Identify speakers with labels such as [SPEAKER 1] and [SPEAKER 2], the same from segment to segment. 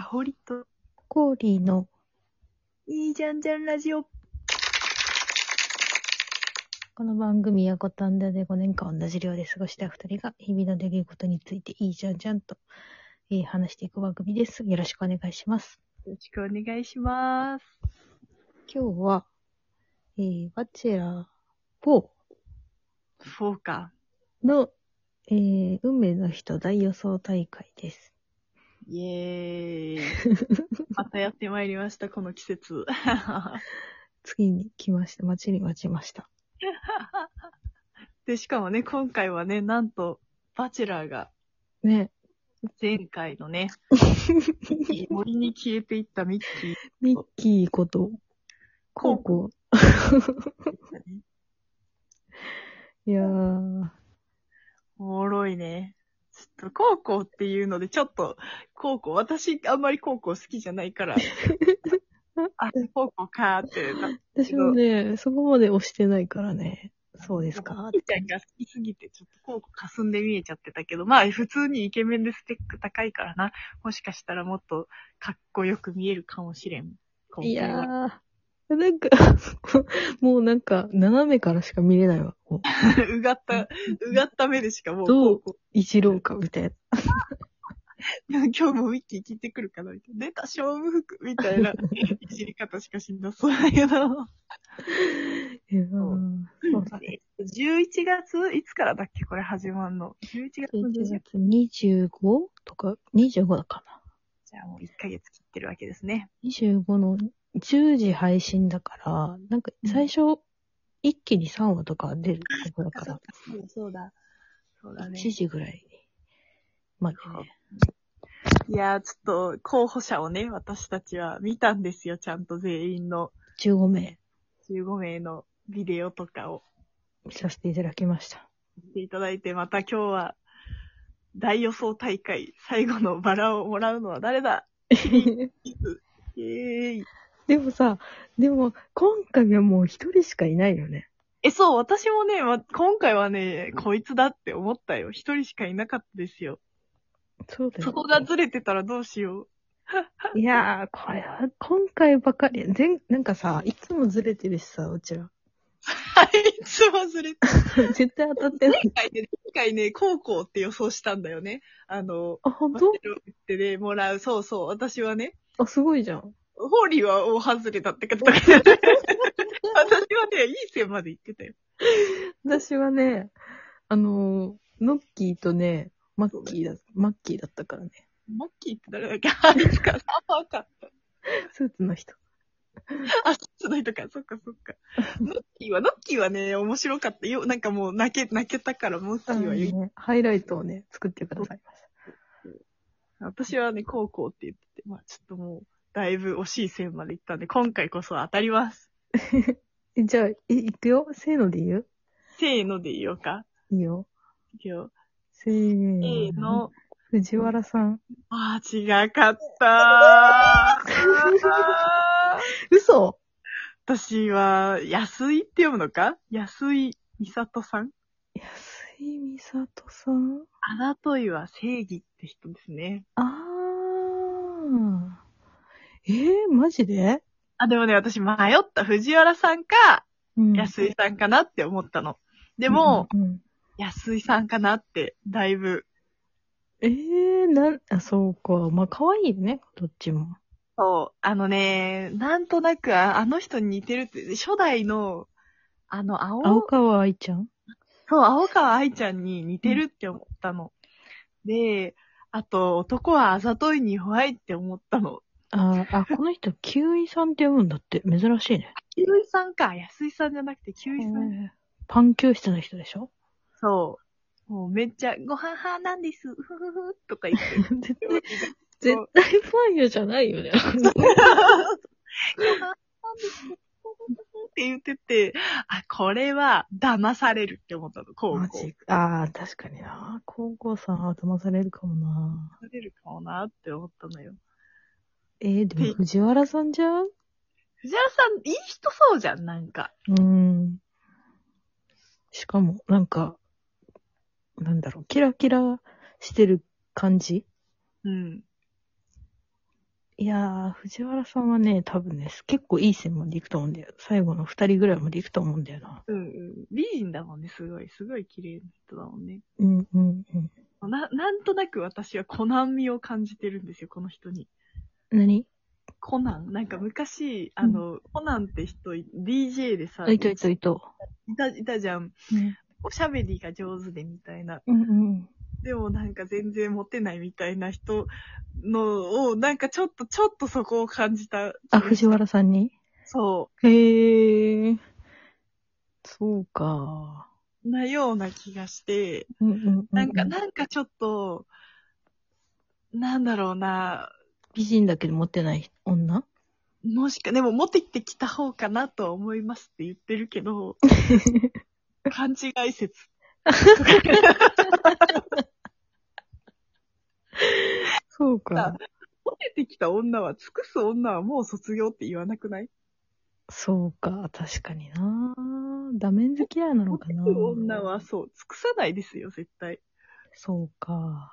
[SPEAKER 1] ほりと、
[SPEAKER 2] コーリーの
[SPEAKER 1] いいじゃんじゃんラジオ。
[SPEAKER 2] この番組は五反田で5年間同じ寮で過ごした二人が日々の出来事についていいじゃんじゃんと、えー話していく番組です。よろしくお願いします。
[SPEAKER 1] よろしくお願いします。
[SPEAKER 2] 今日は、えーバチェラー4
[SPEAKER 1] そうか。
[SPEAKER 2] の、えー運命の人大予想大会です。
[SPEAKER 1] イエーイ。またやってまいりました、この季節。
[SPEAKER 2] 次に来ました。待ちに待ちました。
[SPEAKER 1] で、しかもね、今回はね、なんと、バチェラーが
[SPEAKER 2] ね。
[SPEAKER 1] 前回のね、森に消えていったミッキー
[SPEAKER 2] ミッキーこと、コウコ。
[SPEAKER 1] でしたね。
[SPEAKER 2] いやー、
[SPEAKER 1] おもろいね。ちょっと、高校っていうので、ちょっと、高校、私、あんまり高校好きじゃないから、あ、高校かーってなった
[SPEAKER 2] 私もね、そこまで押してないからね。そうですか
[SPEAKER 1] お兄ちゃんが好きすぎて、ちょっと効果霞んで見えちゃってたけど、まあ普通にイケメンでスペック高いからな。もしかしたらもっとかっこよく見えるかもしれん。今
[SPEAKER 2] い
[SPEAKER 1] 回は
[SPEAKER 2] やー。なんか、 もうなんか、斜めからしか見れないわ。こ う
[SPEAKER 1] うがった、うがった目でしかもう、
[SPEAKER 2] どう
[SPEAKER 1] こ
[SPEAKER 2] 一郎か、みたいな。
[SPEAKER 1] 今日もウィッキー聞いてくるかなみたいな。出た、勝負服みた いな、いじり方しかしんどそうだけど。
[SPEAKER 2] いやーそうだね。
[SPEAKER 1] 11月、いつからだっけこれ始まんの。11月の
[SPEAKER 2] 11
[SPEAKER 1] 20
[SPEAKER 2] 月 25? とか、25だかな。
[SPEAKER 1] じゃあもう1ヶ月切ってるわけですね。
[SPEAKER 2] 25の10時配信だから、なんか最初、一気に3話とか出るとこだか
[SPEAKER 1] そ
[SPEAKER 2] ら
[SPEAKER 1] う、だ、そうだ。そうだね。
[SPEAKER 2] 1時ぐらいに。まあね。
[SPEAKER 1] いやー、ちょっと、候補者をね、私たちは見たんですよ、ちゃんと全員の
[SPEAKER 2] 15名
[SPEAKER 1] 15名のビデオとかを
[SPEAKER 2] 見させていただきま した。
[SPEAKER 1] 見ていただいて、また今日は、大予想大会、最後のバラをもらうのは誰だイエーイ。
[SPEAKER 2] でもさ、でも、今回はもう一人しかいないよね。
[SPEAKER 1] え、そう、私もね、ま、今回はね、こいつだって思ったよ。一人しかいなかったですよ。
[SPEAKER 2] そうだよね
[SPEAKER 1] そこがずれてたらどうし よう。
[SPEAKER 2] いやー、これは、今回ばかり、前、なんかさ、いつもずれてるしさ、うちら。
[SPEAKER 1] はい、いつもずれて
[SPEAKER 2] 絶対当たってな い。
[SPEAKER 1] 前回ね、前回ね、高校って予想したんだよね。あの、
[SPEAKER 2] あ、本
[SPEAKER 1] バ
[SPEAKER 2] 当
[SPEAKER 1] チェロレッテでもらう、そうそう、私はね、
[SPEAKER 2] あ、すごいじゃん。
[SPEAKER 1] ホーリーは大外れだって方だけど、私はね、いい線まで行ってたよ。
[SPEAKER 2] 私はね、あのー、ノッキーとね、マッキーだ、マッキーだったからね。
[SPEAKER 1] マッキーって誰だっけあいつか、あ、わかった。
[SPEAKER 2] スーツの人。
[SPEAKER 1] あ、その人か、そっかそっか。ノッキーは、ノッキーはね、面白かったよ。なんかもう泣け、泣けたから、ノッキ
[SPEAKER 2] あ
[SPEAKER 1] ー
[SPEAKER 2] の
[SPEAKER 1] は言う。
[SPEAKER 2] ね、ハイライトをね、作ってくださいまし
[SPEAKER 1] 私はね、高校って言ってて、まあちょっともう、だいぶ惜しい線まで行ったんで、今回こそ当たります。
[SPEAKER 2] た。えじゃあ、え、いくよせーので言う
[SPEAKER 1] せーので言おうか。
[SPEAKER 2] いいよ。
[SPEAKER 1] いくよ
[SPEAKER 2] せー
[SPEAKER 1] せーの。。
[SPEAKER 2] 藤原さん。
[SPEAKER 1] あー、違か ったー。
[SPEAKER 2] 嘘
[SPEAKER 1] 私は、安井って読むのか安井美里さん
[SPEAKER 2] 安井美里さん
[SPEAKER 1] あざといは正義って人ですね。
[SPEAKER 2] あー。えー、マジで
[SPEAKER 1] あ、でもね、私迷った藤原さんか、
[SPEAKER 2] うん
[SPEAKER 1] 安井さんかなって思ったの。で
[SPEAKER 2] で
[SPEAKER 1] も、、
[SPEAKER 2] うんうん
[SPEAKER 1] 安井さんかなって、だいぶ。
[SPEAKER 2] えー、なん、あ、そうか。まあ、可愛いよね、どっちも。
[SPEAKER 1] そう、あのね、なんとなく、ああの人に似てるって、初代の、あの、青、
[SPEAKER 2] 青川愛ちゃん
[SPEAKER 1] そう、青川愛ちゃんに似てるって思ったの。で、あと、男はあざといに怖いって思ったの。
[SPEAKER 2] あー、あ、この人、 キウイさんって読むんだって、珍しいね。
[SPEAKER 1] キウイさんか、安井さんじゃなくてキウイさん。
[SPEAKER 2] えーパン教室の人でしょ
[SPEAKER 1] そう。もうめっちゃ、ごはんはなんです、ふふふとか言って。
[SPEAKER 2] 絶対、絶対ファンよじゃないよね。
[SPEAKER 1] って言ってて、あ、これは騙されるって思ったの、高校。
[SPEAKER 2] マジああ、確かにな。高校さんは騙されるかもな。
[SPEAKER 1] 騙されるかもなって思ったのよ。
[SPEAKER 2] えー、でも藤原さんじゃん
[SPEAKER 1] 藤原さん、いい人そうじゃん、なんか。
[SPEAKER 2] うん。しかも、なんか、なんだろう、キラキラしてる感じ
[SPEAKER 1] うん。
[SPEAKER 2] いやー、藤原さんはね、多分ね、結構いい線まで行くと思うんだよ。最後の二人ぐらいまで行くと思うんだよな。
[SPEAKER 1] うんうん。美人だもんね、すごい。すごい綺麗な人だもんね。
[SPEAKER 2] うんうんうん。
[SPEAKER 1] な、なんとなく私はコナン味を感じてるんですよ、この人に。
[SPEAKER 2] 何
[SPEAKER 1] コナンなんか昔、あの、コナンって人、DJ でさ、
[SPEAKER 2] あ、いといといと。
[SPEAKER 1] いた、いたじゃん。
[SPEAKER 2] うん
[SPEAKER 1] おしゃべりが上手でみたいな。
[SPEAKER 2] うん
[SPEAKER 1] でもなんか全然モテないみたいな人のを、なんかちょっと、ちょっとそこを感じた。
[SPEAKER 2] あ、藤原さんに
[SPEAKER 1] そ
[SPEAKER 2] へえ。そうか。
[SPEAKER 1] う。なような気がして、
[SPEAKER 2] うんうんうんうん。
[SPEAKER 1] なんか、なんかちょっと、なんだろうな、
[SPEAKER 2] 美人だけど持ってない女
[SPEAKER 1] もしか、でもモテてきた方かなとは思いますって言ってるけど、 勘違い説。
[SPEAKER 2] そうか。
[SPEAKER 1] モテてきた女は、尽くす女はもう卒業って言わなくない
[SPEAKER 2] そうか。確かにな。ダメン好きやなの
[SPEAKER 1] モ
[SPEAKER 2] か
[SPEAKER 1] テ
[SPEAKER 2] な。
[SPEAKER 1] る女はそう、尽くさないですよ、絶対。
[SPEAKER 2] そうか。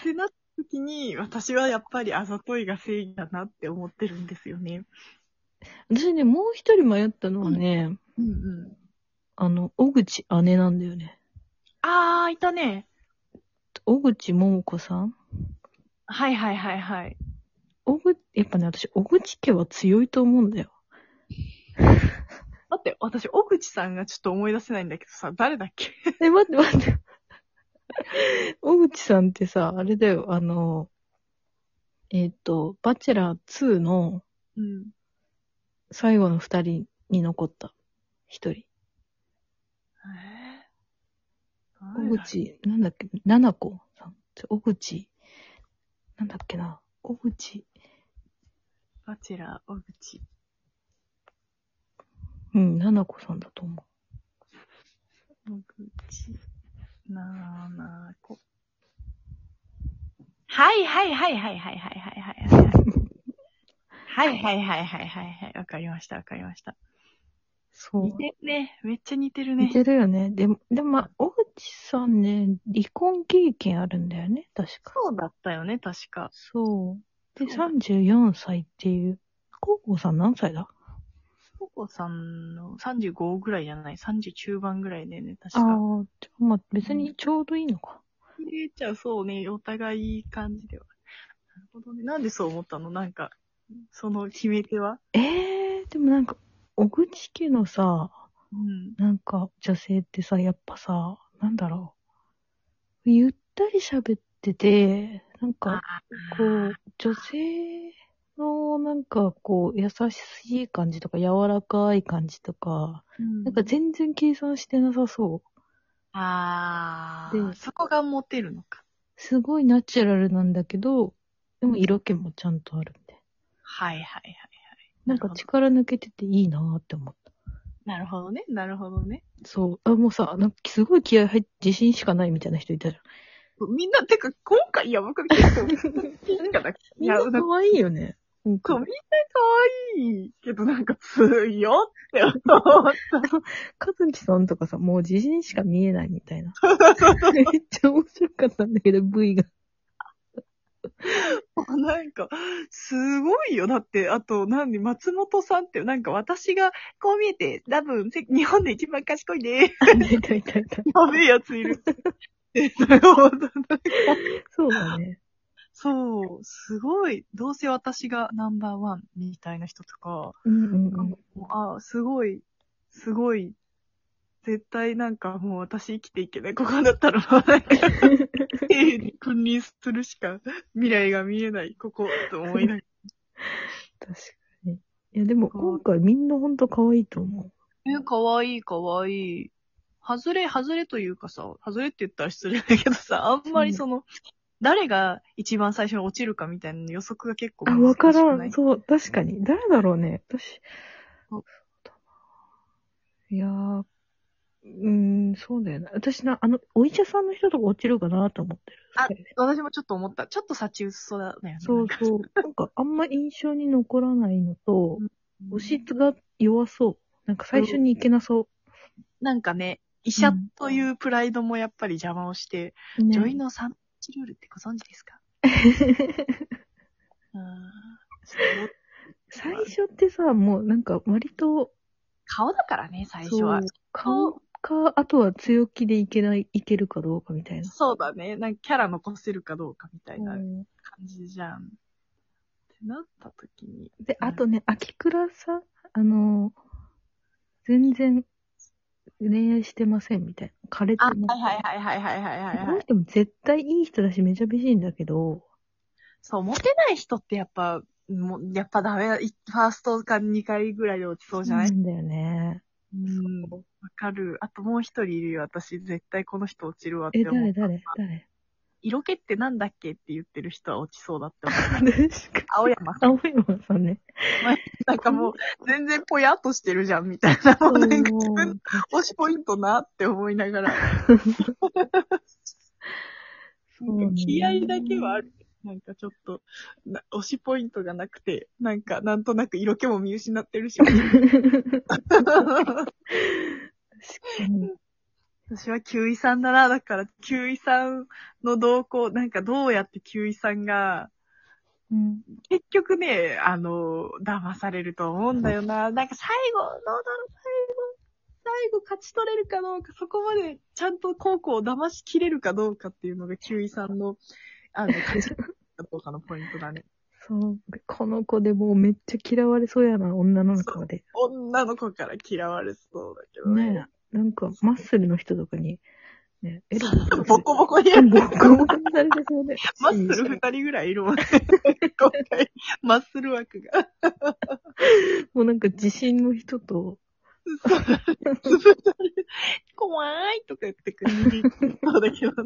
[SPEAKER 1] ってなった時に、私はやっぱりあざといが正義だなって思ってるんですよね。
[SPEAKER 2] 私ね、もう一人迷ったのはね、
[SPEAKER 1] うんうん。
[SPEAKER 2] あの、小口姉なんだよね。
[SPEAKER 1] あー、いたね。
[SPEAKER 2] 小口桃子さん
[SPEAKER 1] はいはいはいはい。
[SPEAKER 2] 小口、やっぱね、私、小口家は強いと思うんだよ。
[SPEAKER 1] 待って、私、小口さんがちょっと思い出せないんだけどさ、誰だっけ
[SPEAKER 2] え、待って待って。小口さんってさ、あれだよ、あの、えっ、と、バチェラー2の
[SPEAKER 1] うん。
[SPEAKER 2] 最後の二人に残った一人。
[SPEAKER 1] え
[SPEAKER 2] 小
[SPEAKER 1] ー
[SPEAKER 2] 口、なんだっけ、七子さん。ちょ小口、なんだっけな、小口、
[SPEAKER 1] バチェラー、小口。
[SPEAKER 2] うん、七子さんだと思う。
[SPEAKER 1] 小口。なーなーこ。はいはいはいはいはいはいはいはいはい。はいはいはいはいはいはい。わかりましたわかりました。
[SPEAKER 2] そう
[SPEAKER 1] 似。てるね。めっちゃ似てるね
[SPEAKER 2] 似。てるよね。でも、でも、まあ小口さんね、離婚経験あるんだよね、確か。
[SPEAKER 1] そうだったよね、確か。
[SPEAKER 2] そう。で、
[SPEAKER 1] そうだ
[SPEAKER 2] 34歳っていう。高校さん何歳だ
[SPEAKER 1] ココさんの35ぐらいじゃない ?30 中盤ぐらいだよね、確
[SPEAKER 2] ああ
[SPEAKER 1] か。
[SPEAKER 2] ー、じゃあまあ別にちょうどいいのか。
[SPEAKER 1] れちゃんそうね、お互いいい感じでは。なるほどね。なんでそう思ったのなんか、その決め手は
[SPEAKER 2] ええー、でもなんか、小口家のさ、
[SPEAKER 1] うん。
[SPEAKER 2] なんか女性ってさ、やっぱさ、なんだろう。ゆったり喋ってて、なんか、こう、女性のなんかこう、優しい感じとか、柔らかい感じとか、
[SPEAKER 1] うん、
[SPEAKER 2] なんか全然計算してなさそう。
[SPEAKER 1] あ
[SPEAKER 2] で
[SPEAKER 1] あ、そこがモテるのか。
[SPEAKER 2] すごいナチュラルなんだけど、でも色気もちゃんとあるんで。
[SPEAKER 1] はいはいはい。
[SPEAKER 2] なんか力抜けてていいなーって思った。
[SPEAKER 1] なるほどね、なるほどね。
[SPEAKER 2] そう。あ、もうさ、なんかすごい気合入って自信しかないみたいな人いたじゃん。
[SPEAKER 1] みんな、てか、今回やばく ないいかない
[SPEAKER 2] みんな
[SPEAKER 1] や、なんか
[SPEAKER 2] 可愛いよね。うん
[SPEAKER 1] そうみんな可愛いけど、なんか強って思う。
[SPEAKER 2] かずきさんとかさ、もう自信しか見えないみたいな。 めっちゃ面白かったんだけど、V が。
[SPEAKER 1] なんか、すごいよ。だって、あと、なんで、松本さんって、なんか私が、こう見えて、多分、せ日本で一番賢いね。
[SPEAKER 2] あ、いたいたい
[SPEAKER 1] や
[SPEAKER 2] た。
[SPEAKER 1] べえやつい る。えそう
[SPEAKER 2] そうだね。
[SPEAKER 1] そう、すごい。どうせ私がナンバーワンみたいな人とか、
[SPEAKER 2] うんうん
[SPEAKER 1] な
[SPEAKER 2] うんん
[SPEAKER 1] か。もうあ、すごい、すごい。絶対なんかもう私生きていけない。ここだ ったらもうなんか、永遠に君臨するしか未来が見えない、ここ、と思いながら。
[SPEAKER 2] 確かに。いや、でも今回みんなほんと可愛いと思う。
[SPEAKER 1] え、かわいい、かわいい。外れ、外れというかさ、外れって言ったら失礼だけどさ、あんまりその、誰が一番最初に落ちるかみたいな予測が結構
[SPEAKER 2] あ、
[SPEAKER 1] 難
[SPEAKER 2] わ
[SPEAKER 1] しくな
[SPEAKER 2] か
[SPEAKER 1] い
[SPEAKER 2] らん。そう、確かに。誰だろうね。私。
[SPEAKER 1] あ
[SPEAKER 2] そうだないやー、うーん、そうだよね。私な、あの、お医者さんの人とか落ちるかなと思ってる。
[SPEAKER 1] あ私もちょっと思った。ちょっと幸薄そうだね。
[SPEAKER 2] そうそう。なんか、あんま印象に残らないのと、
[SPEAKER 1] うん
[SPEAKER 2] おしが弱そう。なんか最初にいけなそ
[SPEAKER 1] なんかね、医者というプライドもやっぱり邪魔をして、
[SPEAKER 2] う。ね
[SPEAKER 1] 女医の3ルールってご存知ですかそう
[SPEAKER 2] 最初ってさ、もうなんか割と、
[SPEAKER 1] 顔だからね、最初
[SPEAKER 2] そう
[SPEAKER 1] は。
[SPEAKER 2] 顔か、あとは強気でいけない、いけるかどうかみたいな。
[SPEAKER 1] そうだね。なんかキャラ残せるかどうかみたいな感
[SPEAKER 2] うん
[SPEAKER 1] じじゃん。ってなった時に。
[SPEAKER 2] で、あとね、秋倉さん、あの、全然恋愛してませんみたいな。枯れて
[SPEAKER 1] あ、
[SPEAKER 2] ま
[SPEAKER 1] は
[SPEAKER 2] す
[SPEAKER 1] いはいはいはいはいはいはい
[SPEAKER 2] こ
[SPEAKER 1] は
[SPEAKER 2] の
[SPEAKER 1] い。
[SPEAKER 2] 人も絶対いい人だし、めちゃ美人だけど、
[SPEAKER 1] そう、モテない人ってやっぱ、もう、やっぱダメだ。いファーストか2回ぐらいで落ちそうじゃない
[SPEAKER 2] なんだよね。
[SPEAKER 1] うん。わかる。あともう一人いるよ。私、絶対この人落ちるわっ
[SPEAKER 2] え、
[SPEAKER 1] て思
[SPEAKER 2] 誰
[SPEAKER 1] う。
[SPEAKER 2] 誰誰
[SPEAKER 1] 色気ってなんだっけって言ってる人は落ちそうだって思う。
[SPEAKER 2] 確かに。
[SPEAKER 1] 青山さん。
[SPEAKER 2] 青山さんね。
[SPEAKER 1] なんかもう、全然ぽやっとしてるじゃん、みたいな。もうなんか自分、推しポイントなって思いながら。
[SPEAKER 2] そうね
[SPEAKER 1] 気合だけはある。なんかちょっと、な推しポイントがなくて、なんかなんとなく色気も見失ってるし。
[SPEAKER 2] 確かに。
[SPEAKER 1] 私は9位さんだな。だから、9位さんの動向、なんかどうやって9位さんが、
[SPEAKER 2] うん。
[SPEAKER 1] 結局ね、あの、騙されると思うんだよな。なんか最後、どうだろう、最後、最後勝ち取れるかどうか、そこまでちゃんと高校を騙しきれるかどうかっていうのが、キウイさんの、あの、 勝ち取れるかどうかのポイントだね。
[SPEAKER 2] そう。この子でもうめっちゃ嫌われそうやな、女の中で。
[SPEAKER 1] 女の子から嫌われそうだけどね。
[SPEAKER 2] ねえ。なんか、マッスルの人とかに、ね、エロボ
[SPEAKER 1] ボコボコにやる。
[SPEAKER 2] ボコボコにされてそうで。
[SPEAKER 1] マッスル二人ぐらいいるもんね。今回、マッスル枠が。
[SPEAKER 2] もうなんか自信の人と、
[SPEAKER 1] そうだね。怖いとか言ってくる。そうだけどね